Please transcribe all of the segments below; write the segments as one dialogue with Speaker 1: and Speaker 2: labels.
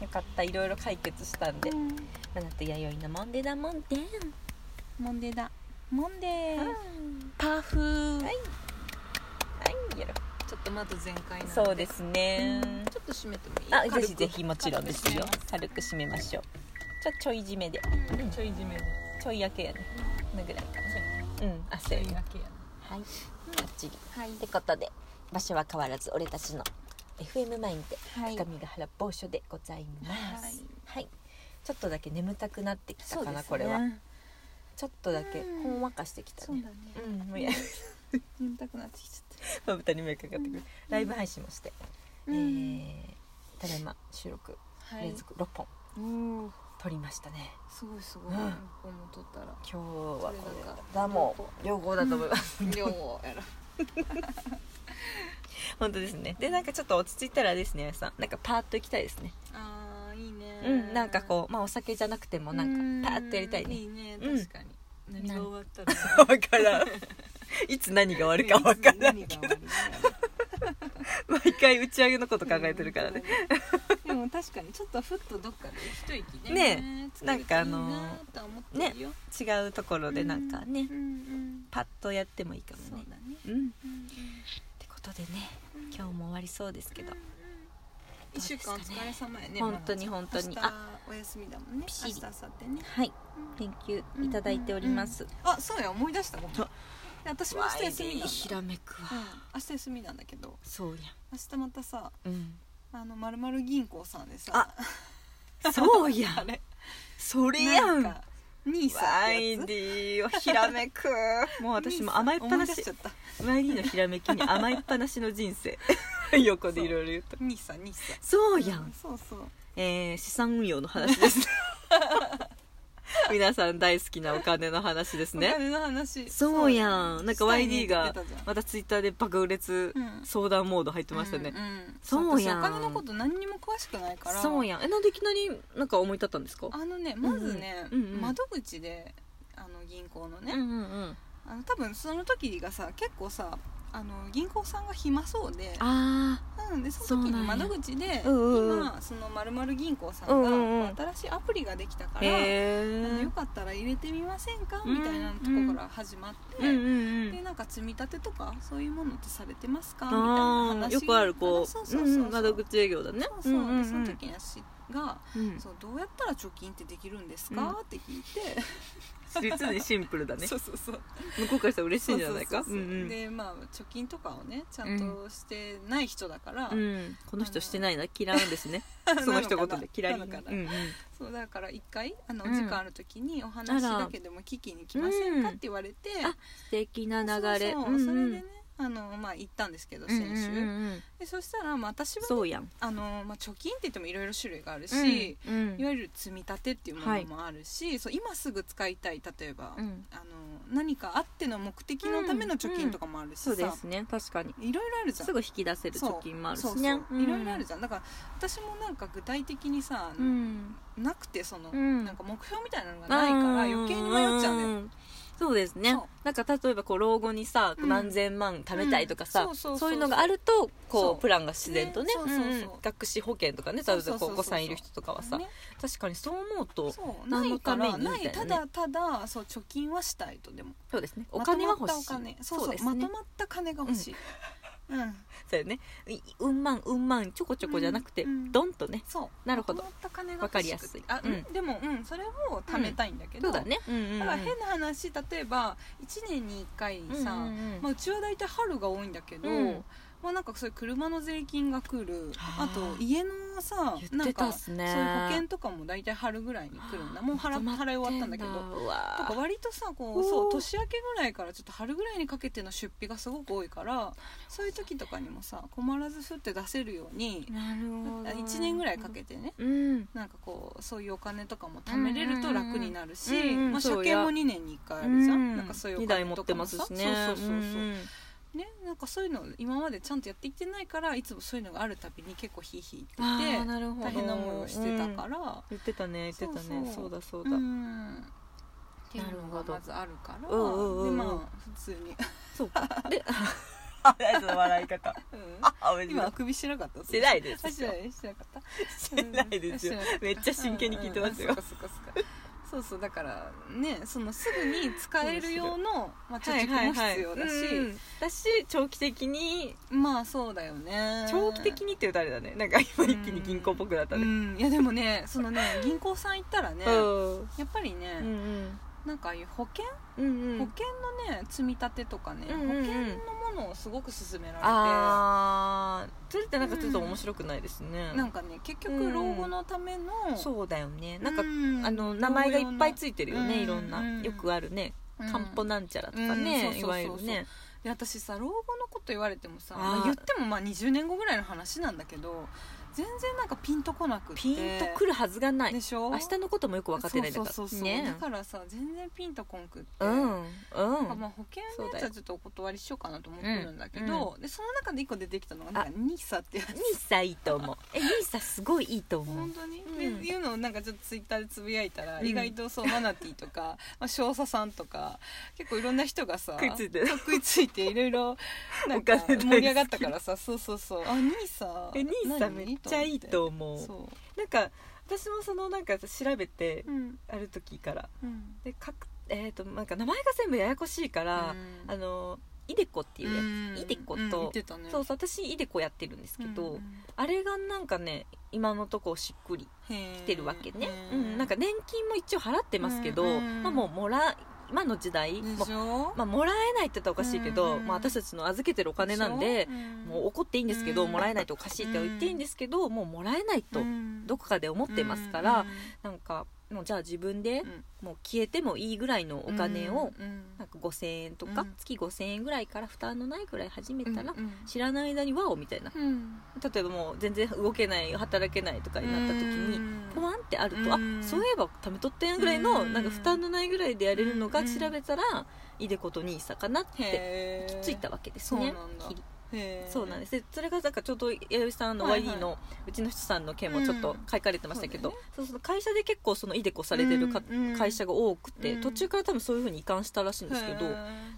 Speaker 1: よかったいろいろ解決したんで「
Speaker 2: うん
Speaker 1: マナと弥生のモンデダモンデン
Speaker 2: モンデーだモンデ」
Speaker 1: は
Speaker 2: ーパーフー
Speaker 1: いはいやろ
Speaker 2: ちょっと窓全開なので
Speaker 1: そうですね
Speaker 2: うんちょっと閉めてもいい
Speaker 1: あ
Speaker 2: 軽
Speaker 1: ぜ
Speaker 2: く
Speaker 1: ひぜひもちろんですよ軽
Speaker 2: 軽
Speaker 1: く締めましょうじゃあちょい締めで
Speaker 2: くうんちょい締めで
Speaker 1: ちょい明けやねこのぐらいかなうんあ
Speaker 2: ち
Speaker 1: そ
Speaker 2: ょ
Speaker 1: う
Speaker 2: い
Speaker 1: や
Speaker 2: 明け
Speaker 1: ねは
Speaker 2: や
Speaker 1: いばっちり
Speaker 2: はい
Speaker 1: ってことで場所は変わらず俺たちの FM マインで
Speaker 2: はい
Speaker 1: 各務原某所でございますはい、ちょっとだけ眠たくなってきた
Speaker 2: そう
Speaker 1: か
Speaker 2: です
Speaker 1: な、
Speaker 2: ね
Speaker 1: これはちょっとだけ
Speaker 2: うん
Speaker 1: ほんわかしてきた
Speaker 2: そう
Speaker 1: ね
Speaker 2: だね
Speaker 1: うんもうや
Speaker 2: 眠たくなってきちゃっ
Speaker 1: まぶたに目かかってくるライブ配信もして、
Speaker 2: た
Speaker 1: えー、ただいま収録
Speaker 2: はい
Speaker 1: 連続6本
Speaker 2: おお
Speaker 1: 撮りましたね、
Speaker 2: すごいすご
Speaker 1: う
Speaker 2: い
Speaker 1: ん
Speaker 2: 六本も取ったら
Speaker 1: 今日はこ
Speaker 2: それなんか
Speaker 1: れだもう両方だと思います、
Speaker 2: 量を やら
Speaker 1: 本当ですねでなんかちょっと落ち着いたらですね皆さんなんかパーッと行きたいですね
Speaker 2: あーいいね
Speaker 1: うんなんかこうまあお酒じゃなくてもなんかパーッとやりたいね
Speaker 2: いいね
Speaker 1: うん
Speaker 2: 確かに何が終わ ったら
Speaker 1: 分 からんいつ何が終わるか分からん
Speaker 2: 何
Speaker 1: け
Speaker 2: が
Speaker 1: ど
Speaker 2: 終わる
Speaker 1: 毎回打ち上げのこと考えてるからね
Speaker 2: でも確かにちょっとふっとどっかで一息ね
Speaker 1: ね
Speaker 2: つけると
Speaker 1: なん
Speaker 2: いい
Speaker 1: かあの
Speaker 2: とは思ってるよ
Speaker 1: 違うところでなんかね、
Speaker 2: うんうん
Speaker 1: パッとやってもいいか
Speaker 2: そ
Speaker 1: も
Speaker 2: う
Speaker 1: ね
Speaker 2: だね
Speaker 1: うんっ
Speaker 2: うんうん
Speaker 1: てことでね今日も終わりそうですけど、
Speaker 2: 一週間お疲れ様やね
Speaker 1: 本当に本当に
Speaker 2: まだ明日お休みだもんね
Speaker 1: ピシ
Speaker 2: 明
Speaker 1: リ
Speaker 2: 日明後日ね
Speaker 1: はい研究いただいております、
Speaker 2: あそうや思い出したごめん
Speaker 1: あ
Speaker 2: 私も明日休みなんだ
Speaker 1: ひらめく
Speaker 2: うん
Speaker 1: わ
Speaker 2: 明日休みなんだけど
Speaker 1: そう
Speaker 2: 明日またさ
Speaker 1: やん、 うん、
Speaker 2: あのまるまる銀行さんでさ
Speaker 1: あそうや
Speaker 2: あ
Speaker 1: ん
Speaker 2: れ
Speaker 1: それやん
Speaker 2: なんかニーサっ
Speaker 1: ワ
Speaker 2: て
Speaker 1: イデ
Speaker 2: やつ
Speaker 1: ィをひらめ くもう私も甘えっぱな
Speaker 2: 思い出
Speaker 1: し
Speaker 2: ちゃった
Speaker 1: ワイディのひらめきに甘えっぱなしの人生 横でいろいろ言うと
Speaker 2: ニーサニーサ
Speaker 1: そうやん
Speaker 2: そうそう
Speaker 1: えー資産運用の話です 皆さん大好きなお金の話です
Speaker 2: お
Speaker 1: ね
Speaker 2: 金の話
Speaker 1: そうやんなんか
Speaker 2: したいね
Speaker 1: YD が
Speaker 2: って言ってたじゃん
Speaker 1: またツイッターで爆裂
Speaker 2: うん
Speaker 1: 相談モード入ってましたね、
Speaker 2: うんん
Speaker 1: そうやん
Speaker 2: 私お金のこと何にも詳しくないから
Speaker 1: そうやんえなんでいきなりなんか思い立ったんですか
Speaker 2: あのねまずね、
Speaker 1: うんうんうん
Speaker 2: 窓口であの銀行のね、
Speaker 1: うんうんうん
Speaker 2: あの多分その時がさ結構さあの銀行さんが暇そうで
Speaker 1: あ
Speaker 2: うん、でその
Speaker 1: そ
Speaker 2: 時
Speaker 1: うなん
Speaker 2: に
Speaker 1: や
Speaker 2: 窓口で、
Speaker 1: うんうんうん
Speaker 2: 今そのまるまる銀行さん
Speaker 1: うん
Speaker 2: が、
Speaker 1: うんうん
Speaker 2: こう新しいアプリができたか
Speaker 1: ー
Speaker 2: ら、あの
Speaker 1: へえ
Speaker 2: よかったら入れてみませんか、
Speaker 1: うん
Speaker 2: みたいなとこから始まって、
Speaker 1: うんうんう
Speaker 2: で
Speaker 1: ん
Speaker 2: なんか積み立てとかそういうものってされてますかみたいな
Speaker 1: あー
Speaker 2: 話
Speaker 1: よくあるこ
Speaker 2: そう
Speaker 1: う
Speaker 2: そううそうそうん
Speaker 1: うん窓口営業だね
Speaker 2: そうそう、
Speaker 1: んんん
Speaker 2: でその時に私が、
Speaker 1: うん
Speaker 2: そうどうやったら貯金ってできるんです
Speaker 1: うん
Speaker 2: か、って聞 いて、
Speaker 1: 実にシンプルだね
Speaker 2: そうそうそう
Speaker 1: 向こうからしたら嬉しいんじゃないか
Speaker 2: そうそうそう
Speaker 1: うんうん
Speaker 2: でまあ貯金とかをねちゃんとしてない人だから、
Speaker 1: うんこの人してないな嫌うんですねその一言で嫌い
Speaker 2: なのかな
Speaker 1: うんうん
Speaker 2: そうだから一回あの、
Speaker 1: うん
Speaker 2: お時間ある時にお話だけでも聞きに来ませんかって言われて、
Speaker 1: んあ素敵な流れ
Speaker 2: そうそ
Speaker 1: う
Speaker 2: う
Speaker 1: んうん
Speaker 2: それでねあの、まあ、行ったんですけど
Speaker 1: うん
Speaker 2: 先
Speaker 1: うん
Speaker 2: 週、
Speaker 1: うんうん
Speaker 2: でそしたら、まあ、私はね、
Speaker 1: そうやん
Speaker 2: あのまあ、貯金って言ってもいろいろ種類があるし、
Speaker 1: うんうん
Speaker 2: いわゆる積み立てっていうものもあるし、そう今すぐ使いたい例えば、
Speaker 1: うん
Speaker 2: あの何かあっての目的のための貯金とかもあるしさ、
Speaker 1: そうですね確かに
Speaker 2: いろいろあるじゃん
Speaker 1: すぐ引き出せる
Speaker 2: そう
Speaker 1: 貯金もあるし
Speaker 2: そう
Speaker 1: ね
Speaker 2: そういろいろあるじゃんだから私もなんか具体的にさ、あ
Speaker 1: う
Speaker 2: の
Speaker 1: ん
Speaker 2: なくてその、
Speaker 1: うん
Speaker 2: なんか目標みたいなのがないから余計に迷っちゃうね、
Speaker 1: んそうですね
Speaker 2: そう
Speaker 1: なんか例えばこう老後にさ
Speaker 2: うん
Speaker 1: 何千万貯めたいとかさ
Speaker 2: うんそうそ
Speaker 1: そ
Speaker 2: うそうそう
Speaker 1: ういうのがあると
Speaker 2: そ
Speaker 1: こ
Speaker 2: う
Speaker 1: うプランが自然とね
Speaker 2: ねそうそうそう
Speaker 1: うんうん学資保険とかね
Speaker 2: そ
Speaker 1: 例
Speaker 2: う
Speaker 1: え
Speaker 2: そう
Speaker 1: ば
Speaker 2: そ
Speaker 1: こうお
Speaker 2: うそう
Speaker 1: 子さんいる人とかはさ
Speaker 2: ね
Speaker 1: 確かにそう思うと
Speaker 2: そうな
Speaker 1: 何
Speaker 2: い
Speaker 1: の
Speaker 2: か
Speaker 1: ために
Speaker 2: らない
Speaker 1: みた
Speaker 2: た
Speaker 1: いな
Speaker 2: だただそう貯金はしたいとでも
Speaker 1: そうですねお金は欲しい
Speaker 2: まとまったお金そうそう
Speaker 1: です
Speaker 2: ま
Speaker 1: ね
Speaker 2: とまった金が欲しい、うん
Speaker 1: そうよねいうんまんうんまんちょこちょこじゃなくて、
Speaker 2: うんうん
Speaker 1: ドンとね
Speaker 2: そう
Speaker 1: なるほど
Speaker 2: まとまった金が
Speaker 1: わ
Speaker 2: 欲
Speaker 1: かり
Speaker 2: しく
Speaker 1: や
Speaker 2: て
Speaker 1: すい
Speaker 2: あ、
Speaker 1: うん
Speaker 2: うんでも、うん、それを貯めたいんだけど、
Speaker 1: そうだねうんうんうん
Speaker 2: だから変な話例えば1年に1回さ、
Speaker 1: うんうんうん
Speaker 2: まあ、うちは大体春が多いんだけど、
Speaker 1: うん
Speaker 2: まあ、なんかそういう車の税金が来る
Speaker 1: あ
Speaker 2: あ
Speaker 1: ー
Speaker 2: と家のさ
Speaker 1: 言
Speaker 2: な
Speaker 1: っ
Speaker 2: ん
Speaker 1: てた
Speaker 2: か
Speaker 1: っ
Speaker 2: そ
Speaker 1: す
Speaker 2: ういう
Speaker 1: ね
Speaker 2: 保険とかも大体春ぐらいに来るんだもう払払い終わったんだけど
Speaker 1: まとまってんだ
Speaker 2: とか
Speaker 1: わ
Speaker 2: 割とさこ
Speaker 1: お
Speaker 2: う
Speaker 1: ー
Speaker 2: そう年明けぐらいからちょっと春ぐらいにかけての出費がすごく多いからそういう時とかにもさ困らずふって出せるように
Speaker 1: なるほど
Speaker 2: 1年ぐらいかけてね
Speaker 1: うん
Speaker 2: なんかこうそういうお金とかも貯めれると楽になるし、
Speaker 1: うんうんうん
Speaker 2: まあ、車
Speaker 1: そうや
Speaker 2: 検も2年に1回あるじゃん,、
Speaker 1: う
Speaker 2: なんかそういうお
Speaker 1: 二台
Speaker 2: 金
Speaker 1: 持っ
Speaker 2: と
Speaker 1: て
Speaker 2: か
Speaker 1: ま
Speaker 2: も
Speaker 1: す
Speaker 2: さ
Speaker 1: しね
Speaker 2: そうそうそうそう、
Speaker 1: んん
Speaker 2: ねなんかそういうの今までちゃんとやってきてないからいつもそういうのがあるたびに結構ヒーヒー
Speaker 1: あー
Speaker 2: 言って
Speaker 1: なるほど
Speaker 2: 大変な思いをしてたか
Speaker 1: うん
Speaker 2: ら、
Speaker 1: 言ってたね言ってたね
Speaker 2: そ
Speaker 1: そ
Speaker 2: うそう
Speaker 1: うだそう
Speaker 2: う
Speaker 1: だ、
Speaker 2: んっていうのがまずあるから
Speaker 1: うんうんうんうん
Speaker 2: でまあ普通に
Speaker 1: そうかであれその笑い方
Speaker 2: うん
Speaker 1: あ面
Speaker 2: 今
Speaker 1: 白
Speaker 2: あ
Speaker 1: い
Speaker 2: くびしてなかった
Speaker 1: してないです
Speaker 2: あしてないしてなかった
Speaker 1: してないですよ
Speaker 2: うんしてなかった
Speaker 1: めっちゃ真剣に聞いてますよ
Speaker 2: うんうんそっかそっかそっかそうそうだからねそのすぐに使える用の、まあ、貯蓄も必要だし、
Speaker 1: うんだし長期的に
Speaker 2: まあそうだよね
Speaker 1: 長期的にって言うとあれだねなんか今一気に銀行っぽくなった
Speaker 2: う
Speaker 1: ね
Speaker 2: んいやでもねそのね銀行さん行ったらね、
Speaker 1: うん
Speaker 2: やっぱりね、
Speaker 1: うん
Speaker 2: なんかああいう保険、
Speaker 1: うんう
Speaker 2: 保
Speaker 1: ん
Speaker 2: 険のね積み立てとかね、
Speaker 1: うんうんうん
Speaker 2: 保険のものをすごく勧められて
Speaker 1: あーそれってなんかちょっと面白くないですね
Speaker 2: なんかね結
Speaker 1: う
Speaker 2: 局
Speaker 1: ん
Speaker 2: 老後のための、
Speaker 1: そうだよねなんか
Speaker 2: うん
Speaker 1: あの名前がいっぱいついてるよ
Speaker 2: う
Speaker 1: ね
Speaker 2: ん
Speaker 1: いろん
Speaker 2: う
Speaker 1: なんよくあるね
Speaker 2: うん
Speaker 1: かんぽなんちゃらとか
Speaker 2: うん
Speaker 1: ね
Speaker 2: そうそうそうそう
Speaker 1: いわゆるね
Speaker 2: で私さ老後のこと言われてもさ
Speaker 1: あー
Speaker 2: まあ言ってもまあ20年後ぐらいの話なんだけど全然なんかピンとこなくて
Speaker 1: ピンとくるはずがない
Speaker 2: でしょ
Speaker 1: 明日のこともよく分かってないんだから
Speaker 2: そうそうそうそう
Speaker 1: ね
Speaker 2: だからさ全然ピンとこんくって、
Speaker 1: う
Speaker 2: なん
Speaker 1: ん
Speaker 2: か
Speaker 1: うん
Speaker 2: まあ保険の
Speaker 1: そう
Speaker 2: や
Speaker 1: だ
Speaker 2: つ
Speaker 1: よ
Speaker 2: はちょっとお断りしようかなと思ってるんだけど、でその中で一個出てきたのがなんかニーサってやつ
Speaker 1: ニーサいいと思うえニーサすごいいいと思う
Speaker 2: 本当に、
Speaker 1: うん
Speaker 2: でいうのをなんかちょっとツイッターでつぶやいたら、
Speaker 1: うん
Speaker 2: 意外とそうマナティーとか、まあ、少佐さんとか結構いろんな人がさ
Speaker 1: 食いついてる
Speaker 2: そう食いついていろい ろなんか
Speaker 1: お金大好き
Speaker 2: 盛り上がったからさそうそうそうあ兄さん
Speaker 1: えニーサめっちゃいいと思う
Speaker 2: そ
Speaker 1: なんか私もそのなんか調べて
Speaker 2: ううん
Speaker 1: ある時から
Speaker 2: うん
Speaker 1: でかくえっとなんか名前が全部ややこしいからあのイデコっていうやつイデコ
Speaker 2: うん言っ
Speaker 1: と
Speaker 2: てたね
Speaker 1: そうそう私イデコやってるんですけ
Speaker 2: う
Speaker 1: ど
Speaker 2: ん
Speaker 1: あれがなんかね今のとこしっくり
Speaker 2: へー
Speaker 1: 来てるわけね、
Speaker 2: へ
Speaker 1: う
Speaker 2: ー
Speaker 1: ん、なんか年金も一応払ってますけど、
Speaker 2: うんうん
Speaker 1: まあ、もうもら今の時代
Speaker 2: で
Speaker 1: も,、
Speaker 2: しょ
Speaker 1: まあ、もらえないって言ったらおかしいけど、
Speaker 2: うんうん
Speaker 1: まあ、私たちの預けてるお金なんでもう怒っていいんですけど、
Speaker 2: うん
Speaker 1: もらえないとおかしいって言っていいんですけど、もうもらえないとどこかで思ってますから、なんかもうじゃあ自分で
Speaker 2: ん
Speaker 1: もう消えてもいいぐらいのお金を、なんか
Speaker 2: か
Speaker 1: 5000円とか、
Speaker 2: うん
Speaker 1: 月5000円ぐらいから負担のないぐらい始め
Speaker 2: うん
Speaker 1: たら、
Speaker 2: うん
Speaker 1: 知らない間にワオみたいな
Speaker 2: うん
Speaker 1: 例えばもう全然動けない働けないとかになった時にポワンってあるとあ
Speaker 2: うん
Speaker 1: そういえば貯めとったやんぐらいの
Speaker 2: うん
Speaker 1: なんか負担のないぐらいでやれるのが
Speaker 2: うん
Speaker 1: 調べたらいでこと兄さんかなって
Speaker 2: へー
Speaker 1: ついたわけですね
Speaker 2: そうなんだ
Speaker 1: きり
Speaker 2: へー
Speaker 1: そうなんですでそれがなんかちょうど弥生さんの
Speaker 2: はい
Speaker 1: YD のうちの人さんの件もちょっと書かれてましたけど、
Speaker 2: うん
Speaker 1: そうそう会社で結構そのいでこされてるか、
Speaker 2: うん
Speaker 1: 会社が多くて
Speaker 2: うん
Speaker 1: 途中から多分そういうふうに移管したらしいんですけど、
Speaker 2: へ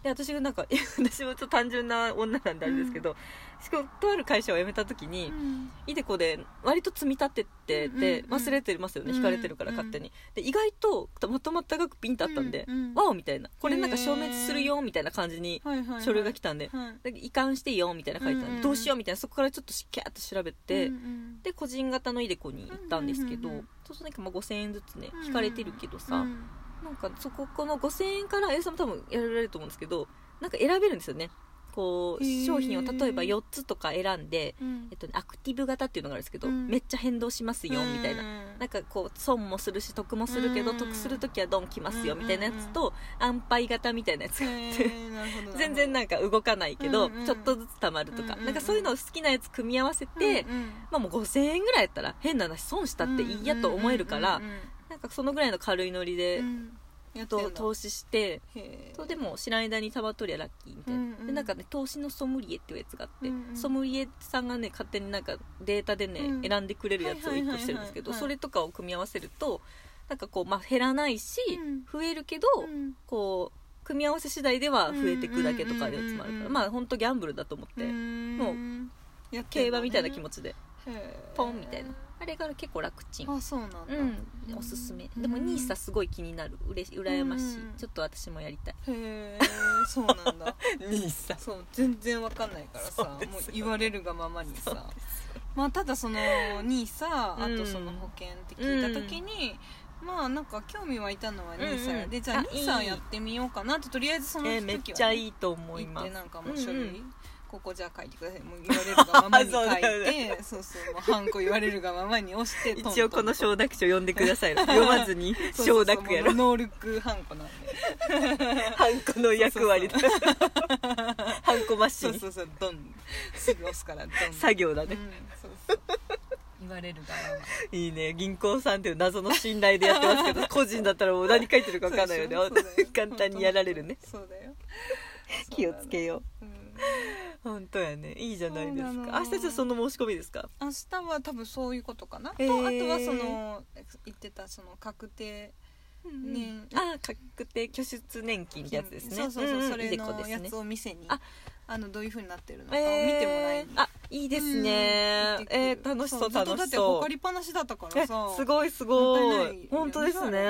Speaker 1: で私がなんか 私もちょっと単純な女なんであれですけど、しかもとある会社を辞めた時に、
Speaker 2: ーうん
Speaker 1: いでこで割と積み立ててて、
Speaker 2: うんうんうん
Speaker 1: 忘れてますよね
Speaker 2: うん
Speaker 1: 引かれてるから勝手に、で意外とまとまった額ピンとあったんで、
Speaker 2: うんうん
Speaker 1: わおみたいなこれなんか消滅するよみたいな感じに
Speaker 2: はいはいはい
Speaker 1: 書類が来たんで、
Speaker 2: はい
Speaker 1: で移管していいよみたいな書いてたんで、
Speaker 2: うんうん
Speaker 1: どうしようみたいなそこからちょっとキャーッと調べて、
Speaker 2: うんうん
Speaker 1: で個人型のいでこに行ったんですけど、
Speaker 2: うんうんうん
Speaker 1: そうするとなんかまあ5000円ずつね
Speaker 2: うんうん
Speaker 1: 引かれてるけどさ、
Speaker 2: うん
Speaker 1: なんかそここの5000円からあやさんも多分やられると思うんですけどなんか選べるんですよねこう
Speaker 2: へー
Speaker 1: 商品を例えば4つとか選んで
Speaker 2: うん
Speaker 1: えっとね、アクティブ型っていうのがあるんですけど、
Speaker 2: うん
Speaker 1: めっちゃ変動しますよみたいな、
Speaker 2: うん
Speaker 1: なんかこう損もするし得もするけど、
Speaker 2: うん
Speaker 1: 得する時はドンきますよみたいなやつと、安牌型みたいなやつ
Speaker 2: へ
Speaker 1: があって、
Speaker 2: ーなるほどなるほ ど
Speaker 1: 全然なんか動かないけど、
Speaker 2: うんうん
Speaker 1: ちょっとずつ貯まるとか、
Speaker 2: うんうん
Speaker 1: なんかそういうのを好きなやつ組み合わせて、
Speaker 2: うんうん
Speaker 1: まあもう5000円ぐらいやったら変な話損したっていいやと思えるから、
Speaker 2: うんうんうん
Speaker 1: なんかそのぐらいの軽いノリで、
Speaker 2: うんやってん
Speaker 1: と
Speaker 2: だ
Speaker 1: 投資して
Speaker 2: へー
Speaker 1: そうでも知らん間にタバトリアラッキーみたいな、
Speaker 2: うんうん
Speaker 1: でなんかね投資のソムリエっていうやつがあって、
Speaker 2: うんうん
Speaker 1: ソムリエさんがね勝手になんかデータでね、
Speaker 2: うん
Speaker 1: 選んでくれるやつを1個してるんですけど、
Speaker 2: はい
Speaker 1: そ
Speaker 2: はいはいはい
Speaker 1: れとかを組み合わせるとなんかこう、まあ、減らないし、
Speaker 2: うん
Speaker 1: 増えるけど、
Speaker 2: うん
Speaker 1: こう組み合わせ次第では増えていくだけとかいうやつもあるから、
Speaker 2: うんうんうんうん
Speaker 1: まあ本当ギャンブルだと思って、
Speaker 2: うん
Speaker 1: も
Speaker 2: やってんだね
Speaker 1: 競馬みたいな気持ちで
Speaker 2: へー
Speaker 1: ポンみたいなあれが結構楽ちん。
Speaker 2: あそうなんだ
Speaker 1: うん、おすすめでも
Speaker 2: うん
Speaker 1: ニーサすごい気になるうれし羨ましい、
Speaker 2: うん
Speaker 1: ちょっと私もやりたい
Speaker 2: へーそうなんだ
Speaker 1: ニーサ
Speaker 2: そう全然わかんないからさ
Speaker 1: そうですよ
Speaker 2: もう
Speaker 1: ね
Speaker 2: 言われるがままにさまあただそのにさあとその
Speaker 1: うん
Speaker 2: 保険って聞いた時に、まあなんか興味湧いたのはニーサやで、
Speaker 1: うんうん
Speaker 2: じゃあ
Speaker 1: あ
Speaker 2: ニーサ
Speaker 1: いい
Speaker 2: やってみようかなってとりあえずその時
Speaker 1: え
Speaker 2: は、
Speaker 1: ー
Speaker 2: ね
Speaker 1: めっちゃ
Speaker 2: い
Speaker 1: いいと思い
Speaker 2: 行っ
Speaker 1: ま
Speaker 2: て
Speaker 1: す
Speaker 2: なんかもう書類、
Speaker 1: うんうん
Speaker 2: ここじゃあ書いてくださいもう言われるがままに 書
Speaker 1: そう
Speaker 2: い
Speaker 1: だよ
Speaker 2: てそうそうもうハンコ言われるがままに押して
Speaker 1: 一応この
Speaker 2: 略
Speaker 1: 承諾書読んでください読まずに承諾やろ
Speaker 2: ノールックハンコなんで
Speaker 1: ハンコの役割だハンコマシ
Speaker 2: そう
Speaker 1: ン
Speaker 2: そうそうドン すぐ押すからドン
Speaker 1: 作業だ
Speaker 2: うん
Speaker 1: ね、
Speaker 2: そうそう言われる側はい
Speaker 1: いね銀行さんっていう謎の信頼でやってますけど個人だったらもう何書いてるか分かんないよね
Speaker 2: そうでしょそうだよ
Speaker 1: 簡単にやられるね
Speaker 2: そうだよ
Speaker 1: 気をつけよ
Speaker 2: そうなのうん
Speaker 1: う本当やねいいじゃないです
Speaker 2: そう
Speaker 1: か
Speaker 2: な
Speaker 1: 明
Speaker 2: の
Speaker 1: 日じゃあその申し込みですか
Speaker 2: 明日は多分そういうことかなとあ
Speaker 1: へ
Speaker 2: と
Speaker 1: ー
Speaker 2: はその言ってたその確定うんね
Speaker 1: あ確定拠出年金ってやつですね
Speaker 2: そうそうそう、
Speaker 1: んん
Speaker 2: それ
Speaker 1: いでこで
Speaker 2: の
Speaker 1: す
Speaker 2: や
Speaker 1: ね
Speaker 2: つを店に
Speaker 1: あ
Speaker 2: あのどういう風になってるのかを見
Speaker 1: えー
Speaker 2: てもらいに、
Speaker 1: あいいですね、
Speaker 2: うん
Speaker 1: えー楽しそう
Speaker 2: ずっと
Speaker 1: 楽
Speaker 2: だっ
Speaker 1: してそ
Speaker 2: 他
Speaker 1: う
Speaker 2: りっぱなしだったか
Speaker 1: え
Speaker 2: らさ
Speaker 1: す
Speaker 2: い
Speaker 1: ごいすごい本当ですね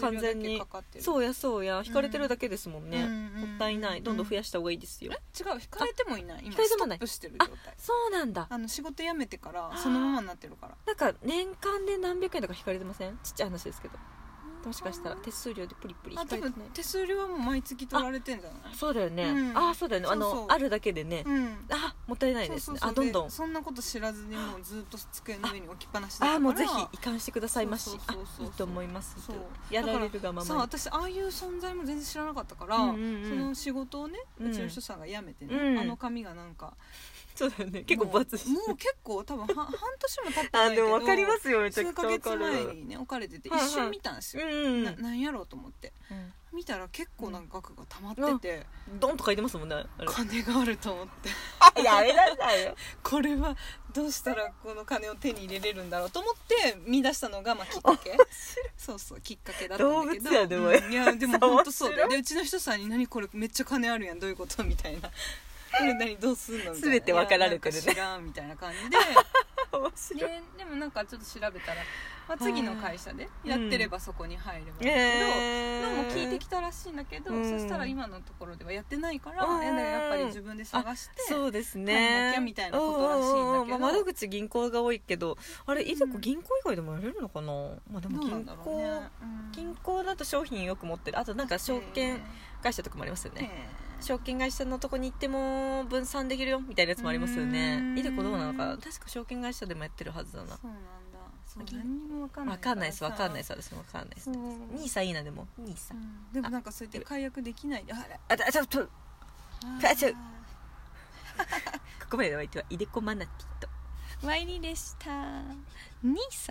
Speaker 1: 完全に
Speaker 2: う
Speaker 1: そうやそうや引かれてるだけですもん
Speaker 2: ね
Speaker 1: ね、もったいないどんどん増
Speaker 2: や
Speaker 1: やした方がいいですよ、
Speaker 2: 違う引かれてもいない今
Speaker 1: 引かれて
Speaker 2: ス
Speaker 1: も
Speaker 2: ト
Speaker 1: ない
Speaker 2: ップしてる状態
Speaker 1: そうなんだ
Speaker 2: あの仕事辞めてからそのままになってるから
Speaker 1: なんか年間で何百円とか引かれてませんちっちゃい話ですけどもしかしたら手数料でプリプリ
Speaker 2: あ
Speaker 1: 引か
Speaker 2: 多
Speaker 1: れて
Speaker 2: 分
Speaker 1: ない
Speaker 2: 手数料はもう毎月取られてんじゃない
Speaker 1: そうだよね、
Speaker 2: うん
Speaker 1: ああそうだよねあの
Speaker 2: そうそう
Speaker 1: あるだけでね、
Speaker 2: うん
Speaker 1: あもったいないですね
Speaker 2: そうそうそう
Speaker 1: あどんどん
Speaker 2: でそんなこと知らずにもうずっと机の上に置きっぱなしだったから
Speaker 1: あもうぜひ移管してくださいまし
Speaker 2: そう
Speaker 1: あ
Speaker 2: そうそうそう
Speaker 1: いいと思います
Speaker 2: そう
Speaker 1: やられるがま
Speaker 2: さあ
Speaker 1: ま
Speaker 2: 私ああいう存在も全然知らなかったから、
Speaker 1: うんうんうん
Speaker 2: その仕事をね
Speaker 1: うん
Speaker 2: うちの人さんが辞めてね、
Speaker 1: うん
Speaker 2: あの髪がなんか
Speaker 1: そうだよね結構分厚いし
Speaker 2: もうもう結構多分は半年も経ってな
Speaker 1: あ
Speaker 2: いけ
Speaker 1: で
Speaker 2: ど
Speaker 1: も分かりますよめちゃ
Speaker 2: 数
Speaker 1: くちゃ
Speaker 2: ヶ
Speaker 1: 分
Speaker 2: 月
Speaker 1: かる
Speaker 2: 前にね置かれてて
Speaker 1: はいはい
Speaker 2: 一瞬見たんですよ、
Speaker 1: うん
Speaker 2: ななんやろうと思って
Speaker 1: う
Speaker 2: 見たら結構な額が溜まってて、
Speaker 1: んドンと書いてます もんねあれ
Speaker 2: 金があると思って
Speaker 1: あやめなさいよ
Speaker 2: これはどうした らこの金を手に入れれるんだろうと思って見出したのがまあきっかけそうそうきっかけだったんだけど
Speaker 1: 動物やでも
Speaker 2: うんいや でも本当そう
Speaker 1: 面白
Speaker 2: だよ
Speaker 1: い
Speaker 2: でうちの人さんに「何これめっちゃ金あるやんどういうこと?」みたいな 「これ何どうすんの?」みたいな
Speaker 1: 全て分かられてるね
Speaker 2: いやなんか知らんみたいな感じ
Speaker 1: 面
Speaker 2: で
Speaker 1: 白い
Speaker 2: ででもなんかちょっと調べたら、まあ、次の会社で
Speaker 1: うん
Speaker 2: やってればそこに入ればいいんだけど、
Speaker 1: え
Speaker 2: どうも聞いて
Speaker 1: た
Speaker 2: きたらしいんだけど、
Speaker 1: うん
Speaker 2: そしたら今のところではやってないから、
Speaker 1: うん
Speaker 2: いややっぱり自分で探して
Speaker 1: そうです
Speaker 2: 買い
Speaker 1: ね
Speaker 2: なきゃみたいなことらしいんだけ
Speaker 1: う
Speaker 2: ど
Speaker 1: ううまあ、窓口銀行が多いけどあれいとこ銀行以外でもやれるのかな、まあでも
Speaker 2: どうな
Speaker 1: 銀
Speaker 2: んだろう
Speaker 1: 行、
Speaker 2: ね、
Speaker 1: 銀行だと商品よく持ってるあとなんか証券会社とかもありますよね、証券会社のとこに行っても分散できるよみたいなやつもありますよ
Speaker 2: う
Speaker 1: ね
Speaker 2: ん
Speaker 1: いでこどうなのか確か証券会社でもやってるはずだな
Speaker 2: そうなんだそう
Speaker 1: 銀
Speaker 2: 何にも分かんない
Speaker 1: 分かんないです
Speaker 2: ら
Speaker 1: 分
Speaker 2: さ
Speaker 1: かんないです私も分かんないです
Speaker 2: そう
Speaker 1: 兄さんいいなでも兄さ
Speaker 2: うんんでもなんかそうやって解約できないあら
Speaker 1: あちょっとあちょ
Speaker 2: あ
Speaker 1: ここまでのお相手はいでこマナティと
Speaker 2: ーワイリーでした兄さん